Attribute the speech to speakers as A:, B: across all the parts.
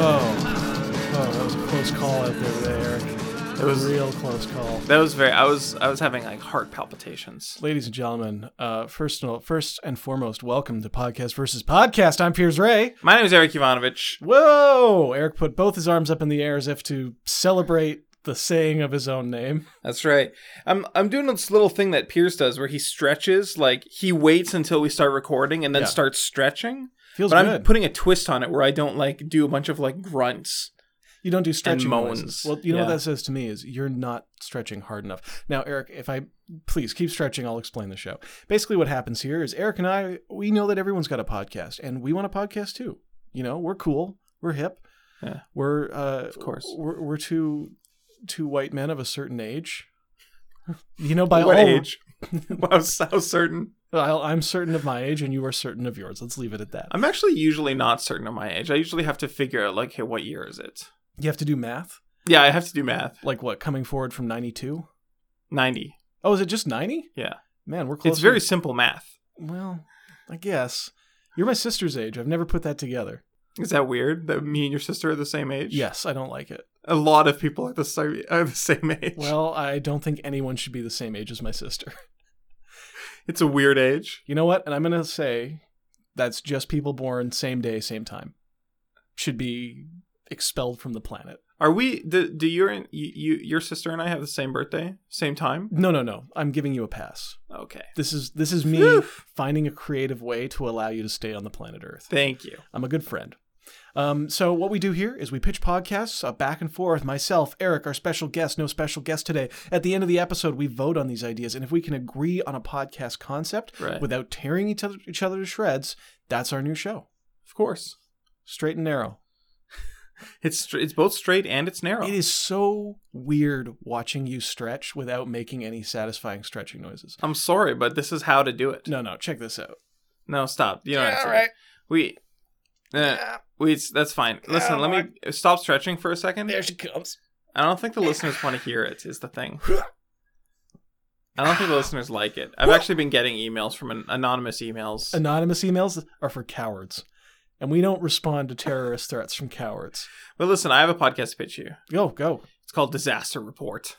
A: Oh, was a close call out there, there. It was a real close call.
B: That was very. I was I was having like heart palpitations.
A: Ladies and gentlemen, uh, first and all, first and foremost, welcome to Podcast versus Podcast. I'm Piers Ray.
B: My name is Eric Ivanovich.
A: Whoa! Eric put both his arms up in the air as if to celebrate the saying of his own name.
B: That's right. I'm I'm doing this little thing that Pierce does where he stretches. Like he waits until we start recording and then
A: Yeah.
B: starts stretching.
A: Feels
B: but
A: good.
B: I'm putting a twist on it where I don't like do a bunch of like grunts.
A: you don't do stretching
B: moans.
A: noises. Well, you know what
B: Yeah.
A: that says to me is you're not stretching hard enough. Now, Eric, if I please keep stretching, I'll explain the show. Basically, what happens here is Eric and I we know that everyone's got a podcast, and we want a podcast too. You know, we're cool, we're hip,
B: Yeah.
A: we're uh, of
B: course.
A: we're, we're two two white men of a certain age. You know, by
B: what
A: all
B: age? I was so certain.
A: I'll- I'm certain of my age, and you are certain of yours. Let's leave it at that.
B: I'm actually usually not certain of my age. I usually have to figure out like, hey, what year is it?
A: You have to do math,
B: Yeah, I have to do math.
A: like what coming forward from ninety two.
B: Ninety.
A: Oh, is it just ninety?
B: Yeah,
A: Man, we're close.
B: it's very simple math.
A: Well, I guess. You're my sister's age. I've never put that together.
B: Is that weird that me and your sister are the same age?
A: Yes, I don't like it.
B: A lot of people are the same, are the same age.
A: Well, I don't think anyone should be the same age as my sister.
B: it's a weird age.
A: You know what? And I'm going to say that's just people born same day, same time. Should be expelled from the planet.
B: Are we? Do, do your you, you your sister and I have the same birthday, same time?
A: No, no, no. I'm giving you a pass.
B: Okay,
A: This is this is me
B: Phew.
A: finding a creative way to allow you to stay on the planet Earth.
B: thank you.
A: I'm a good friend. Um, so what we do here is we pitch podcasts uh, back and forth. Myself, Eric, our special guest, no special guest today. At the end of the episode, we vote on these ideas, and if we can agree on a podcast concept
B: Right.
A: without tearing each other each other to shreds, that's our new show.
B: Of course,
A: Straight and narrow.
B: it's str- it's both straight and it's narrow.
A: It is so weird watching you stretch without making any satisfying stretching noises.
B: I'm sorry, but this is how to do it.
A: No, no, check this out.
B: No, stop. You know what I'm saying. We. Uh,
A: Eh,
B: we, that's fine. Listen, let me stop stretching for a second.
A: she comes.
B: I don't think the listeners want to hear it. Is the thing. I don't think the listeners like it. I've actually been getting emails from an- anonymous emails.
A: Anonymous emails are for cowards, and we don't respond to terrorist threats from cowards.
B: But listen, I have a podcast to pitch you.
A: Go, go.
B: It's called Disaster Report.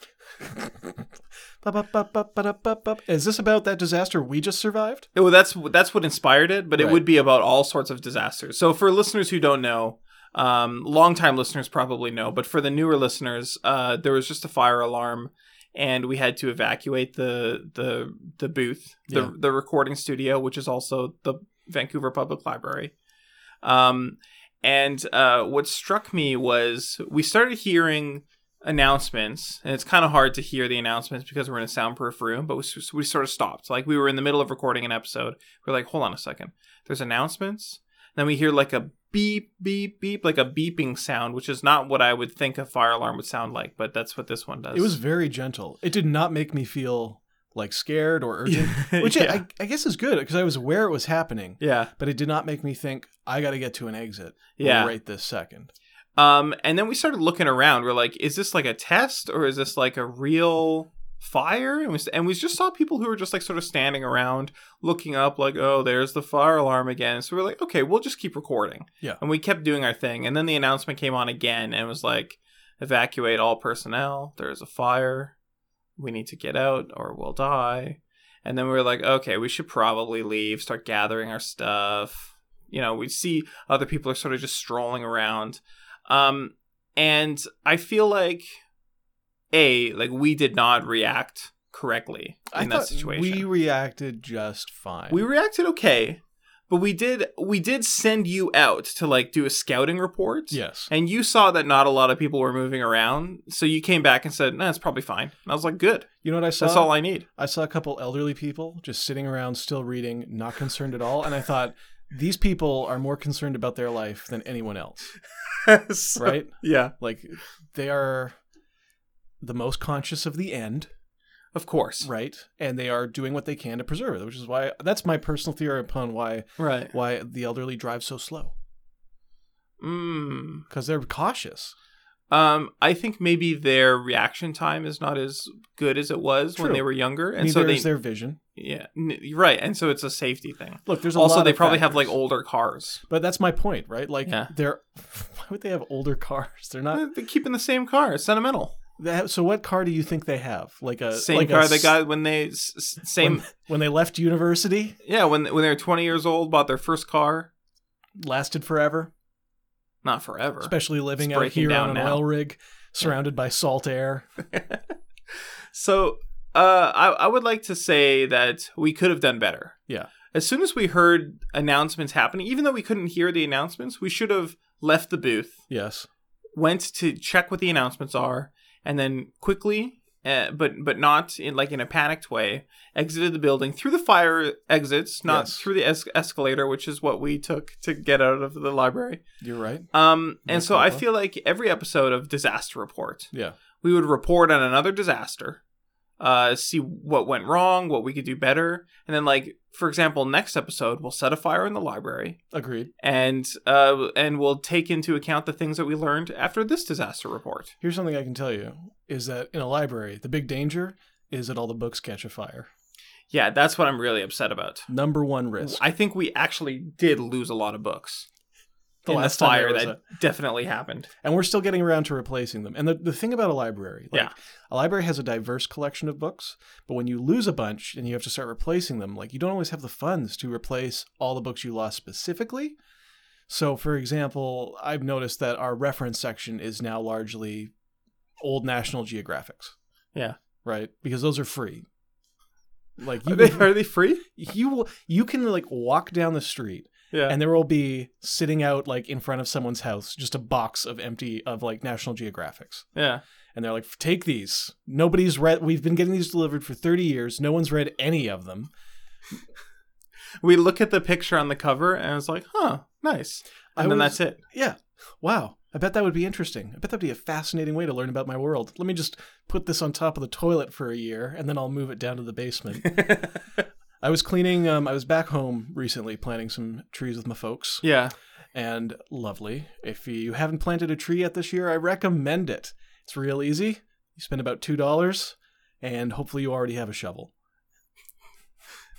A: Ba-ba-ba-ba-ba-da-ba-ba. Is this about that disaster we just survived?
B: Oh, that's that's what inspired it, but it
A: Right.
B: would be about all sorts of disasters. So for listeners who don't know, um, longtime listeners probably know, but for the newer listeners, uh, there was just a fire alarm, and we had to evacuate the the the booth, the
A: Yeah.
B: the recording studio, which is also the Vancouver Public Library. Um, and uh, what struck me was we started hearing announcements, and it's kind of hard to hear the announcements because we're in a soundproof room. But we, s- we sort of stopped. Like we were in the middle of recording an episode. We're like, hold on a second. There's announcements. Then we hear like a beep, beep, beep, like a beeping sound, which is not what I would think a fire alarm would sound like, but that's what this one does.
A: It was very gentle. It did not make me feel like scared or urgent, which I-
B: yeah.
A: I, I guess is good because I was aware it was happening,
B: yeah.
A: but it did not make me think I got to get to an exit
B: Yeah.
A: right this second.
B: Um, and then we started looking around. We're like, is this like a test or is this like a real fire? And we, and we just saw people who were just like sort of standing around looking up, like, oh, there's the fire alarm again. So we're like, okay, we'll just keep recording.
A: Yeah.
B: And we kept doing our thing. And then the announcement came on again and was like, evacuate all personnel. There is a fire. We need to get out or we'll die. And then we were like, okay, we should probably leave, start gathering our stuff. You know, we see other people are sort of just strolling around um and i feel like a like we did not react correctly in
A: I
B: that
A: thought we
B: situation
A: reacted just fine.
B: we reacted okay but we did we did send you out to like do a scouting report
A: yes.
B: and you saw that not a lot of people were moving around so you came back and said no it's probably fine and i was like good
A: You know what I saw?
B: that's all i need
A: I saw a couple elderly people just sitting around, still reading, not concerned at all, and I thought these people are more concerned about their life than anyone else,
B: So-
A: right?
B: yeah
A: like they are the most conscious of the end
B: of course
A: right and they are doing what they can to preserve it which is why that's my personal theory upon why
B: right
A: why the elderly drive so slow
B: mm.
A: because they're cautious
B: um i think maybe their reaction time is not as good as it was when
A: True.
B: they were younger and
A: neither
B: so they
A: is their vision
B: yeah, n- you're right. And so it's a safety thing.
A: Look, there's a
B: Also,
A: lot
B: they
A: of
B: probably have like
A: factors.
B: older cars.
A: But that's my point, right? Like
B: Yeah.
A: they're why would they have older cars? They're not.
B: They're keeping the same car. It's sentimental.
A: They have, so what car do you think they have? Like a
B: Same
A: Uh, like a
B: car they
A: s-
B: got when they s- s- same.
A: when, when they left university
B: yeah, when when they were 20 years old, bought their first car.
A: lasted forever.
B: Not forever.
A: Especially living
B: It's
A: out
B: breaking
A: here
B: down
A: on an
B: now.
A: oil rig, surrounded by salt air.
B: So uh, I, I would like to say that we could have done better.
A: Yeah.
B: As soon as we heard announcements happening, even though we couldn't hear the announcements, we should have left the booth,
A: Yes,
B: went to check what the announcements are, and then quickly, uh, but but not in like in a panicked way, exited the building through the fire exits, not
A: Yes.
B: through the es- escalator, which is what we took to get out of the library.
A: you're right.
B: Um, and
A: Yes,
B: so I
A: Papa.
B: feel like every episode of Disaster Report,
A: Yeah,
B: we would report on another disaster, uh, see what went wrong, what we could do better, and then like for example, next episode we'll set a fire in the library
A: agreed.
B: and uh, and we'll take into account the things that we learned after this disaster report.
A: Here's something I can tell you is that in a library, the big danger is that all the books catch a fire.
B: Yeah, that's what I'm really upset about.
A: Number one risk.
B: I think we actually did lose a lot of books.
A: The
B: in
A: last time
B: fire
A: there was
B: that definitely happened.
A: and we're still getting around to replacing them. And the, the thing about a library, like,
B: Yeah.
A: a library has a diverse collection of books, but when you lose a bunch and you have to start replacing them, like you don't always have the funds to replace all the books you lost specifically. So, for example, I've noticed that our reference section is now largely old National Geographics.
B: Yeah.
A: Right, because those are free. Like
B: Are
A: you,
B: they, are they free?
A: you will, you can like walk down the street
B: Yeah.
A: and there will be sitting out like in front of someone's house just a box of empty of like national geographics
B: yeah.
A: and they're like take these nobody's read we've been getting these delivered for 30 years no one's read any of them
B: We look at the picture on the cover and it's like, huh, nice. And
A: I
B: then
A: was-
B: that's it.
A: yeah wow i bet that would be interesting i bet that'd be a fascinating way to learn about my world let me just put this on top of the toilet for a year and then i'll move it down to the basement i was cleaning um, i was back home recently planting some trees with my folks
B: yeah.
A: and lovely. If you haven't planted a tree yet this year, I recommend it. It's real easy. You spend about $2 and hopefully you already have a shovel.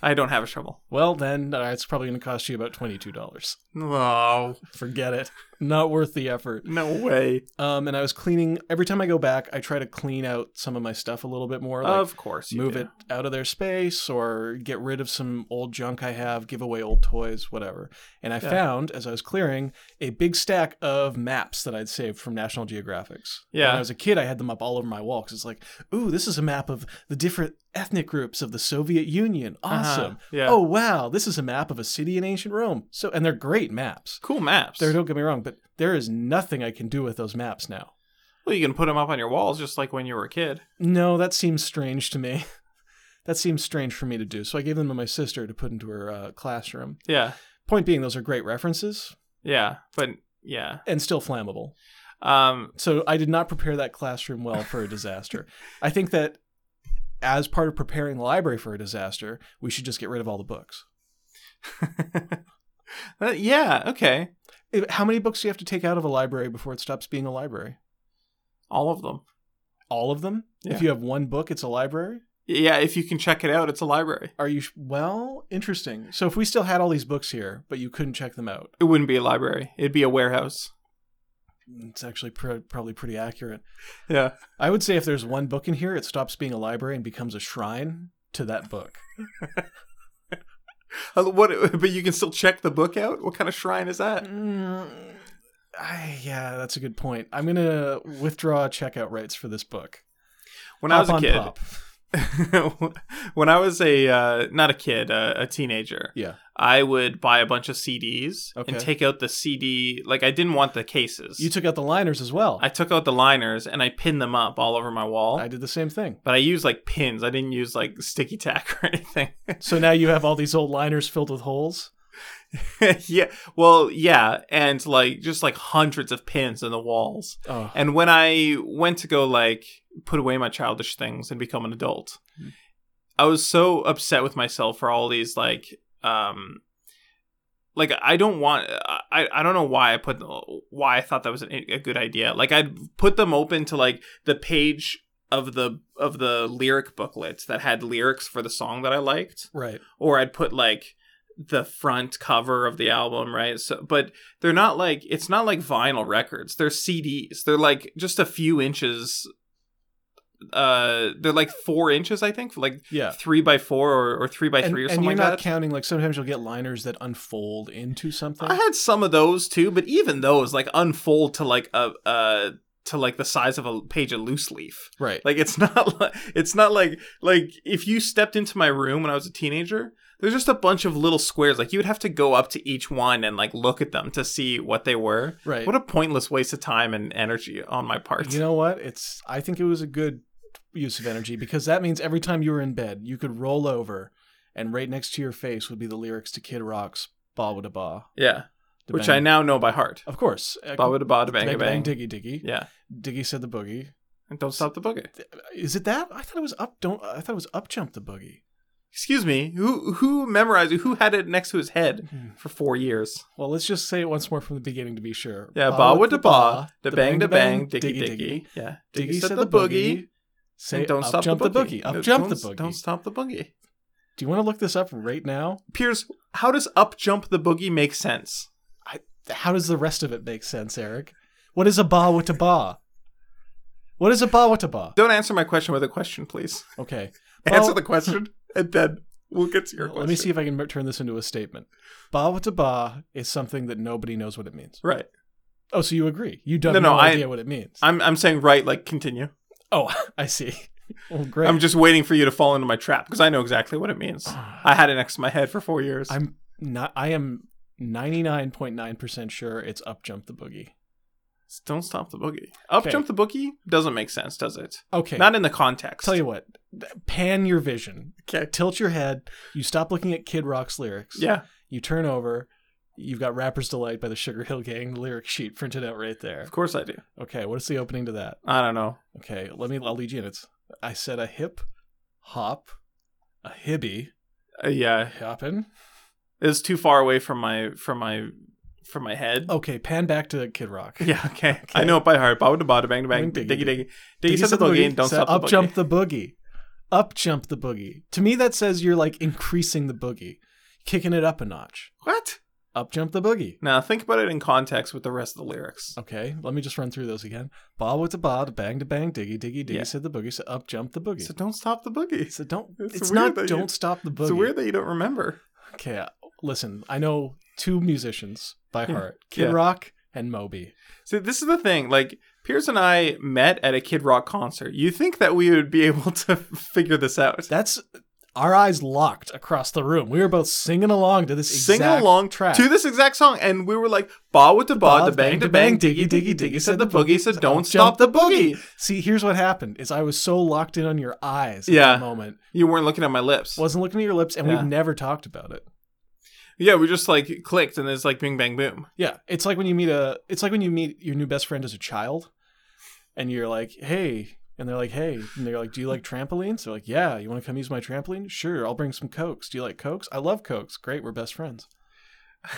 B: I don't have a shovel.
A: Well, then uh, it's probably going to cost you about $22.
B: No,
A: Forget it. Not worth the effort.
B: Oh, no way.
A: Um, and I was cleaning. Every time I go back, I try to clean out some of my stuff a little bit more. Like,
B: of course, you
A: move
B: do.
A: it out of their space or get rid of some old junk I have, give away old toys, whatever. And I
B: Yeah.
A: found as I was clearing a big stack of maps that I'd saved from National Geographics.
B: Yeah.
A: When I was a kid, I had them up all over my wall 'cause it's like, ooh, this is a map of the different ethnic groups of the Soviet Union.
B: Uh-huh.
A: Awesome.
B: Yeah.
A: Oh wow, this is a map of a city in ancient Rome. So and they're great maps.
B: cool maps.
A: There, don't get me wrong, but there is nothing I can do with those maps now.
B: well, you can put them up on your walls just like when you were a kid.
A: No, that seems strange to me. That seems strange for me to do. So I gave them to my sister to put into her uh, classroom.
B: Yeah,
A: Point being, those are great references
B: yeah, but yeah.
A: and still flammable.
B: Um,
A: So I did not prepare that classroom well for a disaster. I think that as part of preparing the library for a disaster, we should just get rid of all the books.
B: uh, yeah, okay,
A: If- How many books do you have to take out of a library before it stops being a library?
B: all of them.
A: All of them?
B: Yeah.
A: If you have one book, it's a library?
B: Yeah, if you can check it out, it's a library.
A: Are you, well, interesting. So if we still had all these books here, but you couldn't check them out,
B: It wouldn't be a library; it'd be a warehouse.
A: it's actually pr- probably pretty accurate.
B: Yeah,
A: I would say if there's one book in here, it stops being a library and becomes a shrine to that book.
B: Uh, what? But you can still check the book out. What kind of shrine is that?
A: Mm, I, yeah, that's a good point. I'm gonna withdraw checkout rights for this book.
B: When I was
A: Hop
B: a
A: on
B: kid,
A: pop.
B: when I was a uh, not a kid, uh, a teenager,
A: Yeah.
B: I would buy a bunch of CDs
A: Okay.
B: and take out the CD. Like I didn't want the cases.
A: you took out the liners as well.
B: I took out the liners and I pinned them up all over my wall.
A: I did the same thing.
B: but I used like pins. I didn't use like sticky tack or anything.
A: So now you have all these old liners filled with holes.
B: yeah. Well, yeah, and like just like hundreds of pins in the walls.
A: Oh,
B: And when I went to go like put away my childish things and become an adult,
A: Mm.
B: I was so upset with myself for all these like um like I don't want I I don't know why I put why I thought that was an, a good idea. Like I'd put them open to like the page of the of the lyric booklets that had lyrics for the song that I liked,
A: Right.
B: or I'd put like the front cover of the album, right? So, but they're not like it's not like vinyl records. They're CDs. They're like just a few inches. Uh, they're like four inches, I think, like
A: Yeah.
B: three by four or, or three by
A: and,
B: three or
A: and
B: something
A: you're
B: like
A: not
B: that.
A: counting like sometimes you'll get liners that unfold into something.
B: I had some of those too, but even those like unfold to like a uh to like the size of a page of loose leaf.
A: right.
B: Like it's not like it's not like like if you stepped into my room when I was a teenager, there's just a bunch of little squares. Like you would have to go up to each one and like look at them to see what they were.
A: right.
B: What a pointless waste of time and energy on my part.
A: you know what? It's I think it was a good use of energy because that means every time you were in bed, you could roll over and right next to your face would be the lyrics to Kid Rock's Ba Wada Ba.
B: yeah,
A: Da
B: which
A: Bang.
B: I now know by heart.
A: Of course. Uh,
B: Ba da ba da bang
A: Bang,
B: a
A: bang,
B: bang.
A: diggy diggy.
B: Yeah,
A: Diggy said the boogie.
B: and don't stop the boogie.
A: Is it that? I thought it was up. Don't I thought it was up jump the boogie.
B: Excuse me, who who memorized it? Who had it next to his head
A: Hmm.
B: for four years?
A: Well, let's just say it once more from the beginning to be sure.
B: Yeah, ba with the ba, the
A: da
B: bang
A: da
B: the bang, diggy diggy. Yeah,
A: Diggy said the boogie. Say
B: and don't
A: up
B: stop
A: jump
B: the
A: the
B: boogie.
A: boogie. Up
B: No,
A: jump the
B: don't-
A: boogie.
B: Don't stop the boogie.
A: Do you want to look this up right now?
B: Piers, how does up jump the boogie make sense?
A: How does the rest of it make sense, Eric? What is a ba with a ba? What is a ba with a ba?
B: Don't answer my question with a question, please.
A: Okay.
B: answer
A: Well-
B: the question, and then we'll get to your question.
A: Let me see if I can turn this into a statement. Ba with a ba is something that nobody knows what it means.
B: Right.
A: Oh, so you agree? You don't
B: No,
A: have
B: no,
A: no,
B: I-
A: idea what it means.
B: I'm I'm saying right. Like continue.
A: oh, I see. Well, great.
B: I'm just waiting for you to fall into my trap because I know exactly what it means. I had it next to my head for four years.
A: I'm not. I am ninety nine point nine percent sure it's up jump the boogie.
B: Don't stop the boogie. Up
A: Okay.
B: jump the boogie doesn't make sense, does it?
A: Okay.
B: Not in the context.
A: tell you what. Pan your vision.
B: Okay.
A: Tilt your head. You stop looking at Kid Rock's lyrics.
B: Yeah.
A: You turn over. You've got "Rapper's Delight" by the Sugar Hill Gang lyric sheet printed out right there.
B: Of course I do.
A: Okay. What is the opening to that?
B: I don't know.
A: Okay. Let me. I'll lead you in. It's. I said a hip, hop, a hibby,
B: Uh, yeah.
A: hoppin.
B: It's too far away from my from my from my head.
A: Okay. Pan back to Kid Rock.
B: Yeah, okay. I know it by heart. Bow to bow to bang to bang.
A: Bang,
B: Diggy
A: diggy,
B: diggy. Diggy said the boogie and don't
A: So
B: stop the
A: up
B: boogie.
A: jump the boogie. Up jump the boogie. To me, that says you're like increasing the boogie, kicking it up a notch.
B: What?
A: Up jump the boogie.
B: Now think about it in context with the rest of the lyrics.
A: Okay, let me just run through those again. Ba with the ba, da bang to bang, diggy diggy diggy.
B: Yeah.
A: Said the boogie. So up jump the boogie.
B: So
A: So,
B: don't stop the boogie.
A: don't.
B: It's
A: It's,
B: weird
A: not.
B: that you-
A: Don't stop the boogie.
B: It's weird that you don't remember.
A: Okay, uh, listen. I know two musicians by
B: Yeah.
A: heart: Kid
B: Yeah.
A: Rock and Moby.
B: See, this is the thing. Like Pierce and I met at a Kid Rock concert. You think that we would be able to figure this out?
A: That's our eyes locked across the room. We were both singing along to this
B: Singing
A: exact
B: along
A: track
B: To this exact song, and we were like, "Ba with the ba, the bang, the bang, diggy, diggy, diggy." Said the boogie, so don't stop the boogie.
A: See, here's what happened: is I was so locked in on your eyes at
B: Yeah.
A: that moment,
B: You weren't looking at my lips.
A: wasn't looking at your lips, and
B: Yeah.
A: we've never talked about it.
B: Yeah, we just like clicked, and it's like bing, bang, boom.
A: Yeah, it's like when you meet a, it's like when you meet your new best friend as a child, and you're like, hey, and they're like, hey, and they're like, do you like trampolines? They're like, yeah, you want to come use my trampoline? Sure, I'll bring some cokes. Do you like cokes? I love cokes. Great, we're best friends.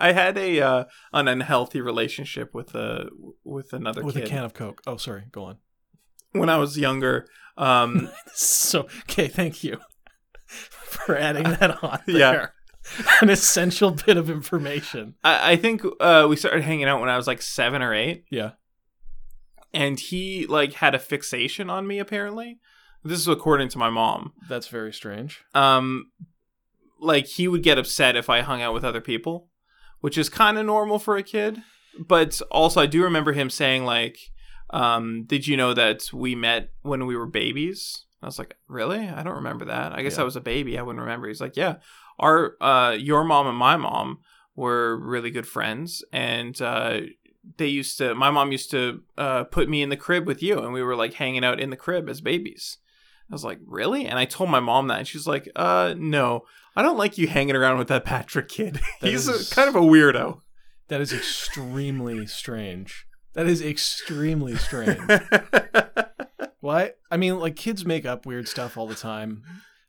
B: I had a uh, an unhealthy relationship with a with another
A: With
B: kid
A: a can of coke. Oh, sorry, go on.
B: when I was younger. Um,
A: So okay, thank you for adding that on.
B: Yeah.
A: There. An essential bit of information.
B: I, I think uh, we started hanging out when I was like seven or eight,
A: Yeah.
B: and he like had a fixation on me. Apparently, this is according to my mom.
A: That's very strange.
B: Um, like he would get upset if I hung out with other people, which is kind of normal for a kid. But also, I do remember him saying like, um, "Did you know that we met when we were babies?" I was like, "Really? I don't remember that. I guess
A: Yeah.
B: I was a baby. I wouldn't remember." He's like, "Yeah, our uh, your mom and my mom were really good friends, and uh, they used to. My mom used to uh, put me in the crib with you, and we were like hanging out in the crib as babies." I was like, "Really?" And I told my mom that, and she's like, "Uh, no, I don't like you hanging around with that Patrick kid.
A: That
B: He's
A: is-
B: a, kind of a weirdo."
A: That is extremely strange. That is extremely strange. Why? I mean, like kids make up weird stuff all the time.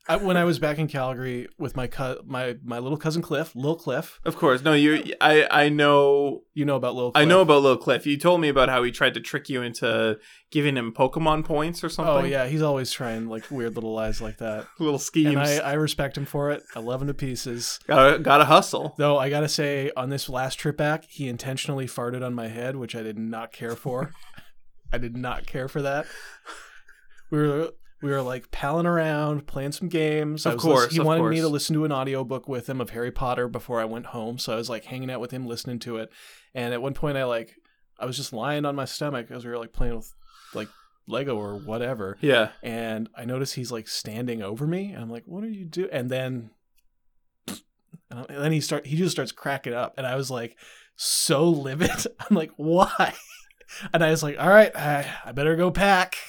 A: I, when I was back in Calgary with my co- my my little cousin Cliff, Lil Cliff.
B: Of course. No, you. I. I know.
A: You know about Lil. Cliff.
B: I know about Lil Cliff. You told me about how he tried to trick you into giving him Pokemon points or something.
A: Oh yeah, he's always trying like weird little lies like that,
B: Little
A: and
B: schemes.
A: I, I respect him for it. I love him to pieces.
B: gotta, gotta hustle.
A: Though I gotta say, on this last trip back, he intentionally farted on my head, which I did not care for. I did not care for that. We were we were like palling around, playing some games. I
B: Of
A: was lis-
B: course,
A: he
B: of
A: wanted me to
B: course.
A: listen to an audiobook with him of Harry Potter before I went home, so I was like hanging out with him, listening to it. And at one point, I like I was just lying on my stomach as we were like playing with like Lego or whatever
B: Yeah.
A: and I notice he's like standing over me, and I'm like, "What are you do?" And then, and then he start he just starts cracking up, and I was like, so livid. I'm like, "Why?" And I was like, "All right, I, I better go pack."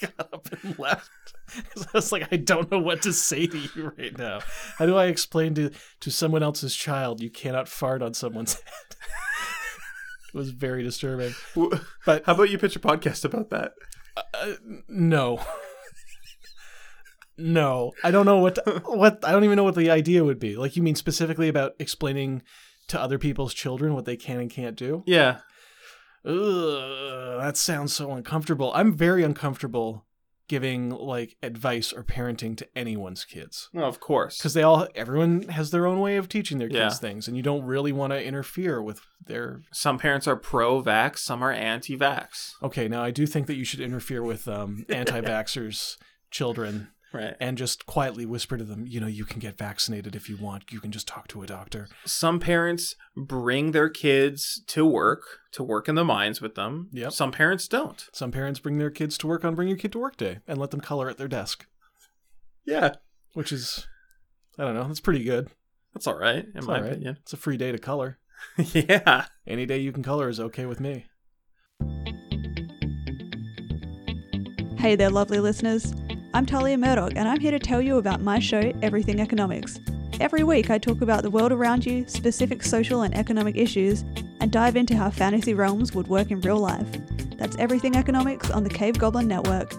A: Got up and left. 'Cause I was like, "I don't know what to say to you right now. How do I explain to to someone else's child you cannot fart on someone's head?" it was very disturbing.
B: W-
A: But-
B: how about you pitch a podcast about that?
A: Uh, no. no. I don't know what to- what I don't even know what the idea would be. Like you mean specifically about explaining to other people's children what they can and can't do?
B: Yeah.
A: Ugh, that sounds so uncomfortable. I'm very uncomfortable giving like advice or parenting to anyone's kids
B: No, of course.
A: because they all everyone has their own way of teaching their kids
B: Yeah.
A: things and you don't really want to interfere with their
B: some parents are pro-vax, some are anti-vax.
A: okay now i do think that you should interfere with um, anti-vaxxers children
B: Right.
A: and just quietly whisper to them, you know, you can get vaccinated if you want. You can just talk to a doctor.
B: Some parents bring their kids to work to work in the mines with them.
A: Yep.
B: Some parents don't.
A: Some parents bring their kids to work on Bring Your Kid to Work Day and let them color at their desk,
B: Yeah.
A: which is, I don't know, that's pretty good.
B: That's all right, in
A: It's
B: my
A: all right.
B: opinion.
A: It's a free day to color.
B: yeah.
A: Any day you can color is okay with me.
C: Hey there, lovely listeners. I'm Talia Murdoch, and I'm here to tell you about my show, Everything Economics. Every week, I talk about the world around you, specific social and economic issues, and dive into how fantasy realms would work in real life. That's Everything Economics on the Cave Goblin Network.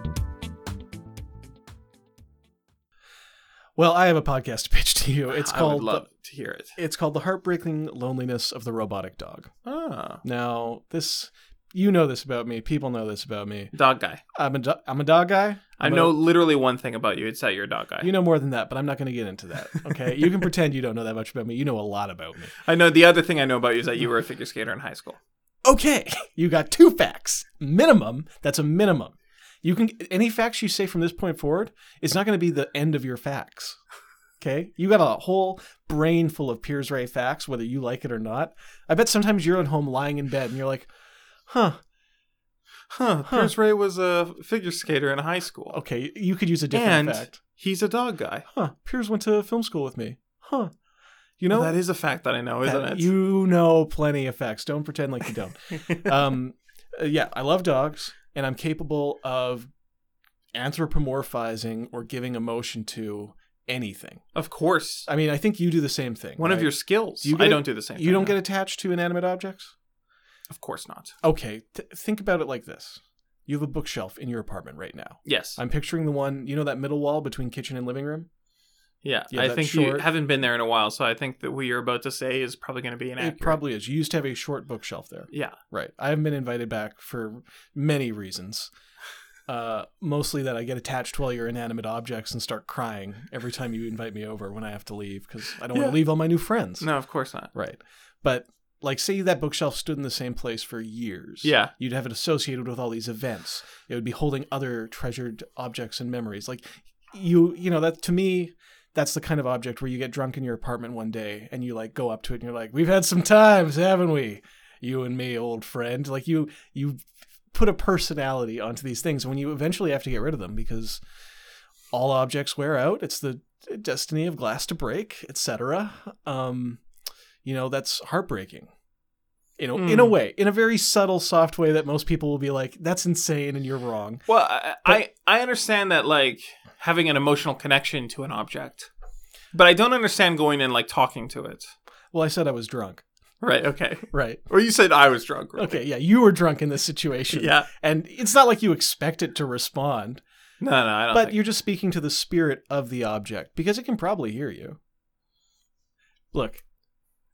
A: Well, I have a podcast to pitch to you. It's
B: I
A: called
B: would love to hear it.
A: It's called The Heartbreaking Loneliness of the Robotic Dog.
B: Ah.
A: Now, this you know this about me. People know this about me.
B: Dog guy.
A: I'm a do- I'm a dog guy.
B: i
A: I'm a-
B: know literally one thing about you. It's that you're a dog guy.
A: You know more than that, but I'm not going to get into that. Okay, you can pretend you don't know that much about me. You know a lot about me.
B: I know the other thing I know about you is that you were a figure skater in high school.
A: Okay, you got two facts minimum. That's a minimum. You can any facts you say from this point forward. It's not going to be the end of your facts. Okay, you got a whole brain full of Piers Ray facts, whether you like it or not. I bet sometimes you're at home lying in bed and you're like, "Huh,
B: Huh. Pierce Ray was a figure skater in high school.
A: okay, you could use a different
B: and
A: fact."
B: he's a dog guy.
A: Huh, Piers went to film school with me. Huh, you know
B: that is a fact that I know,
A: that-
B: isn't it?
A: You know plenty of facts. Don't pretend like you don't. um, uh, yeah, I love dogs, and I'm capable of anthropomorphizing or giving emotion to anything.
B: Of course.
A: I mean, I think you do the same thing.
B: One of
A: right?
B: your skills.
A: Do you
B: I
A: get-
B: don't do the same
A: you
B: thing,
A: don't
B: no.
A: get attached to inanimate objects.
B: Of course not.
A: Okay, th- think about it like this: you have a bookshelf in your apartment right now.
B: Yes.
A: I'm picturing the one, you know, that middle wall between kitchen and living room.
B: yeah.
A: Yeah,
B: I
A: that
B: think you
A: short-
B: haven't been there in a while, so I think that what you're about to say is probably going to be inaccurate.
A: It probably is. You used to have a short bookshelf there.
B: Yeah.
A: Right. I haven't been invited back for many reasons. Uh, mostly that I get attached to all your inanimate objects and start crying every time you invite me over when I have to leave because I don't want
B: Yeah.
A: to leave all my new friends.
B: No, of course not.
A: Right. But like, say that bookshelf stood in the same place for years.
B: Yeah.
A: You'd have it associated with all these events. It would be holding other treasured objects and memories. Like, you, you know, that to me, that's the kind of object where you get drunk in your apartment one day and you like go up to it and you're like, we've had some times, haven't we? You and me, old friend. Like, you, you put a personality onto these things when you eventually have to get rid of them because all objects wear out. It's the destiny of glass to break, etc. Um, you know that's heartbreaking you know in a
B: Hmm.
A: way in a very subtle soft way that most people will be like that's insane and you're wrong
B: Well, I, I I understand that like having an emotional connection to an object, but I don't understand going and like talking to it.
A: well i said i was drunk
B: Right. Okay.
A: right
B: Or you said I was drunk. Really.
A: okay yeah you were drunk in this situation
B: Yeah.
A: and it's not like you expect it to respond
B: No, no, I don't.
A: but
B: think-
A: you're just speaking to the spirit of the object because it can probably hear you. Look,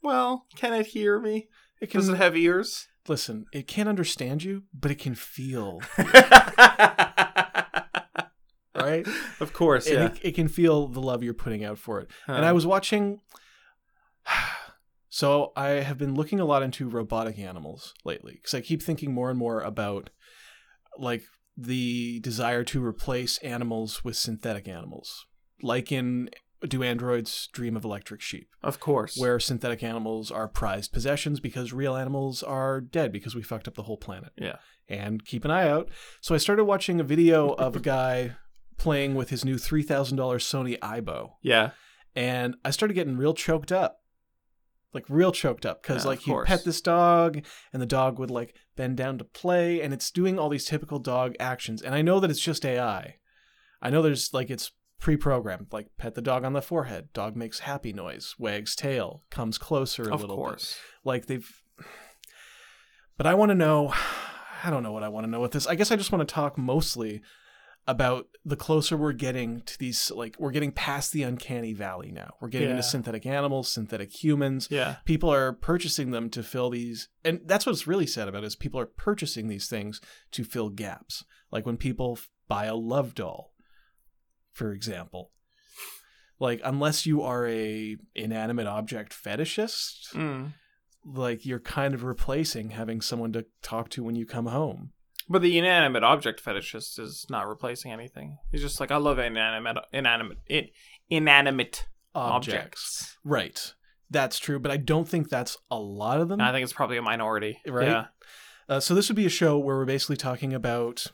B: well, can it hear me?
A: it can
B: Does it have ears?
A: listen. It can't understand you, but it can feel. Right?
B: Of course,
A: It-
B: yeah.
A: it, it can feel the love you're putting out for it. And
B: Huh.
A: I was watching. So I have been looking a lot into robotic animals lately because I keep thinking more and more about like the desire to replace animals with synthetic animals, like in Do Androids Dream of Electric Sheep,
B: of course.
A: where synthetic animals are prized possessions because real animals are dead because we fucked up the whole planet.
B: Yeah.
A: And keep an eye out. So I started watching a video of a guy playing with his new $3,000 Sony iBow
B: yeah,
A: and I started getting real choked up, like real choked up, because
B: Yeah,
A: like
B: of
A: you
B: course.
A: pet this dog, and the dog would like bend down to play, and it's doing all these typical dog actions. And I know that it's just AI. I know there's like it's pre-programmed, like pet the dog on the forehead, dog makes happy noise, wags tail, comes closer a
B: of
A: little bit.
B: course.
A: Like they've, but I want to know. I don't know what I want to know with this. I guess I just want to talk mostly about the closer we're getting to these like we're getting past the uncanny valley now. We're getting
B: Yeah.
A: into synthetic animals, synthetic humans.
B: Yeah,
A: People are purchasing them to fill these and that's what's really sad about it is people are purchasing these things to fill gaps. Like when people f- buy a love doll, for example. Like unless you are a inanimate object fetishist,
B: Mm.
A: like you're kind of replacing having someone to talk to when you come home.
B: but the inanimate object fetishist is not replacing anything. He's just like I love inanimate, inanimate, in, inanimate objects.
A: Right. That's true, but I don't think that's a lot of them.
B: And I think it's probably a minority,
A: Right?
B: Yeah.
A: Uh, so this would be a show where we're basically talking about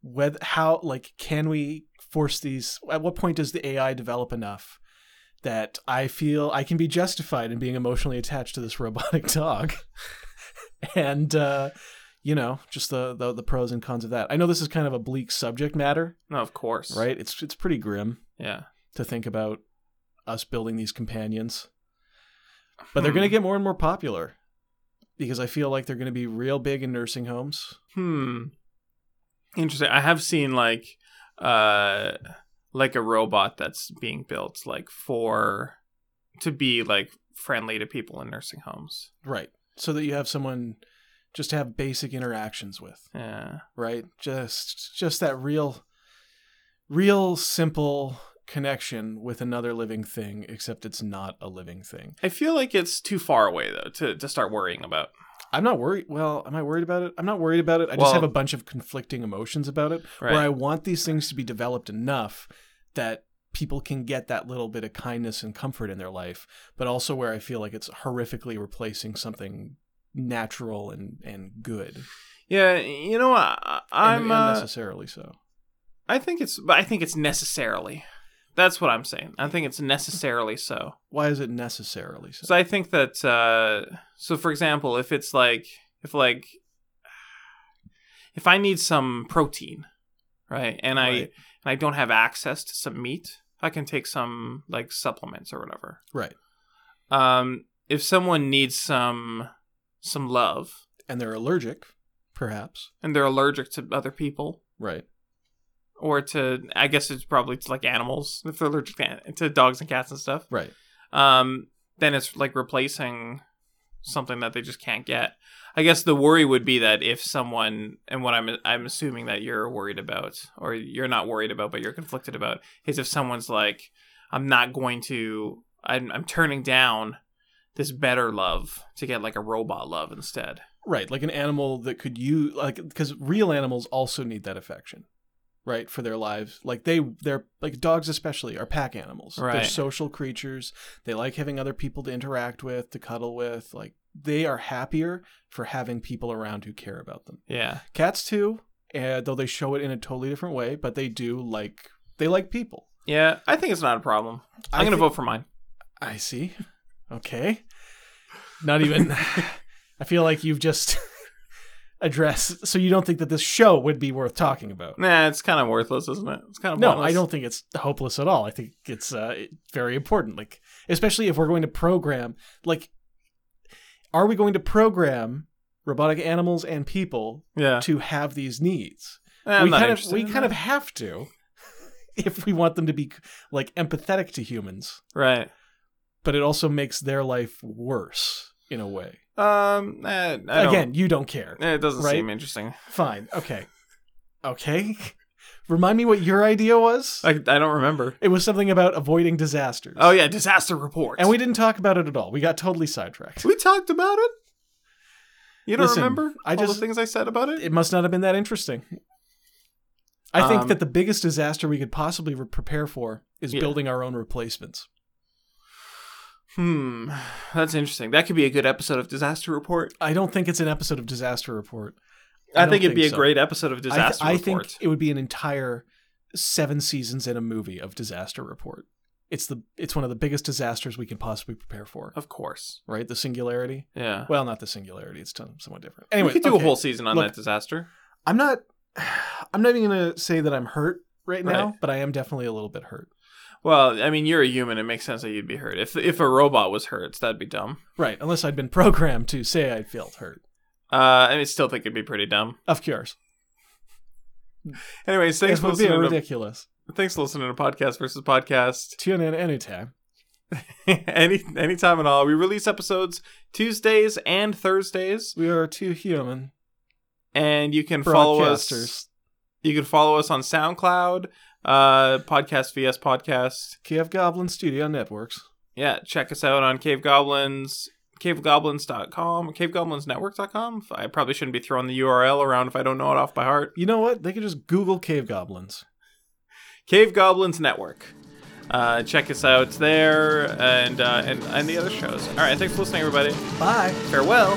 A: whether how like can we force these at what point does the AI develop enough that I feel I can be justified in being emotionally attached to this robotic dog. and uh you know, just the, the the pros and cons of that. I know this is kind of a bleak subject matter,
B: No, of course.
A: right? It's it's pretty grim.
B: Yeah.
A: to think about us building these companions. But they're going to get more and more popular because I feel like they're going to be real big in nursing homes.
B: Hmm. Interesting. I have seen like uh like a robot that's being built like for to be like friendly to people in nursing homes.
A: Right. So that you have someone just to have basic interactions with,
B: Yeah.
A: right? Just just that real real simple connection with another living thing except it's not a living thing.
B: I feel like it's too far away though to to start worrying about.
A: I'm not worried. Well, am I worried about it? I'm not worried about it. I
B: Well-
A: just have a bunch of conflicting emotions about it
B: Right.
A: where I want these things to be developed enough that people can get that little bit of kindness and comfort in their life, but also where I feel like it's horrifically replacing something natural and, and good.
B: Yeah, you know what? I,
A: And-
B: I'm
A: and
B: uh,
A: necessarily so.
B: I think it's but I think it's necessarily. That's what I'm saying. I think it's necessarily so.
A: Why is it necessarily so?
B: So I think that uh, so for example, if it's like if like if I need some protein, right, and I
A: Right.
B: and I don't have access to some meat, I can take some like supplements or whatever.
A: Right.
B: Um, if someone needs some some love
A: And they're allergic, perhaps.
B: and they're allergic to other people
A: Right.
B: or to I guess it's probably to like animals if they're allergic to, an- to dogs and cats and stuff.
A: Right.
B: um, then it's like replacing something that they just can't get. I guess the worry would be that if someone, and what I'm I'm assuming that you're worried about, or you're not worried about, but you're conflicted about, is if someone's like, I'm not going to, I'm I'm turning down this better love to get like a robot love instead.
A: Right. Like an animal that could use, like, because real animals also need that affection. Right for their lives, like they, they're like dogs especially are pack animals. They're
B: Right.
A: social creatures. They like having other people to interact with, to cuddle with. Like they are happier for having people around who care about them.
B: Yeah,
A: Cats too, uh, though they show it in a totally different way, but they do like they like people.
B: yeah. I think it's not a problem. I'm
A: I
B: gonna
A: thi-
B: vote for mine.
A: I see. Okay. Not even. I feel like you've just addressed. So you don't think that this show would be worth talking about?
B: Nah, it's kind of worthless, isn't it? It's kind of
A: No, I don't think it's hopeless at all. I think it's uh, it- very important. Like, especially if we're going to program, like, are we going to program robotic animals and people
B: Yeah,
A: to have these needs?
B: Eh, I'm
A: we
B: not
A: kind of
B: interested
A: we
B: in
A: kind
B: that.
A: of have to. if we want them to be like empathetic to humans,
B: Right.
A: but it also makes their life worse in a way.
B: Um. eh, I don't-
A: Again, you don't care.
B: eh, it doesn't
A: right?
B: seem interesting.
A: Fine. Okay. Okay. Remind me what your idea was.
B: I I don't remember.
A: it was something about avoiding disasters.
B: Oh yeah, disaster reports.
A: And we didn't talk about it at all. We got totally sidetracked.
B: we talked about it. You don't
A: Listen,
B: remember
A: I
B: all
A: just-
B: the things I said about it?
A: It must not have been that interesting. I think
B: Um,
A: that the biggest disaster we could possibly re- prepare for is
B: Yeah.
A: building our own replacements.
B: Hmm. That's interesting. That could be a good episode of disaster report.
A: I don't think it's an episode of Disaster Report.
B: I,
A: I
B: think
A: don't
B: it'd be
A: think
B: a
A: so.
B: great episode of
A: I th-
B: disaster
A: I,
B: report.
A: think it would be an entire seven seasons in a movie of Disaster Report. It's the it's one of the biggest disasters we can possibly prepare for.
B: of course.
A: Right, the singularity.
B: Yeah.
A: Well, not the singularity. It's ton- somewhat different. Anyway,
B: we could do
A: okay.
B: a whole season on
A: Look,
B: that disaster.
A: I'm not. I'm not even gonna say that I'm hurt right now,
B: Right.
A: but I am definitely a little bit hurt.
B: Well, I mean, you're a human. It makes sense that you'd be hurt. If if a robot was hurt, that'd be dumb.
A: Right, unless I'd been programmed to say I felt hurt.
B: Uh, I mean, still think it'd be pretty dumb.
A: Of course,
B: Anyways, thanks
A: it
B: for
A: would be
B: listening. To,
A: ridiculous.
B: thanks for listening to podcast versus podcast.
A: Tune in anytime.
B: any anytime at all. We release episodes Tuesdays and Thursdays,
A: We are two human
B: and you can follow us.
A: broadcasters.
B: You can follow us on SoundCloud, uh, podcast vs podcast.
A: KF Goblin Studio Networks.
B: Yeah, check us out on Cave Goblins, cavegoblins.com, cavegoblinsnetwork.com. I probably shouldn't be throwing the URL around if I don't know it off by heart.
A: You know what? They could just Google Cave Goblins.
B: Cave Goblins Network. Uh, check us out there and, uh, and and the other shows. All right, thanks for listening, everybody.
A: Bye.
B: Farewell.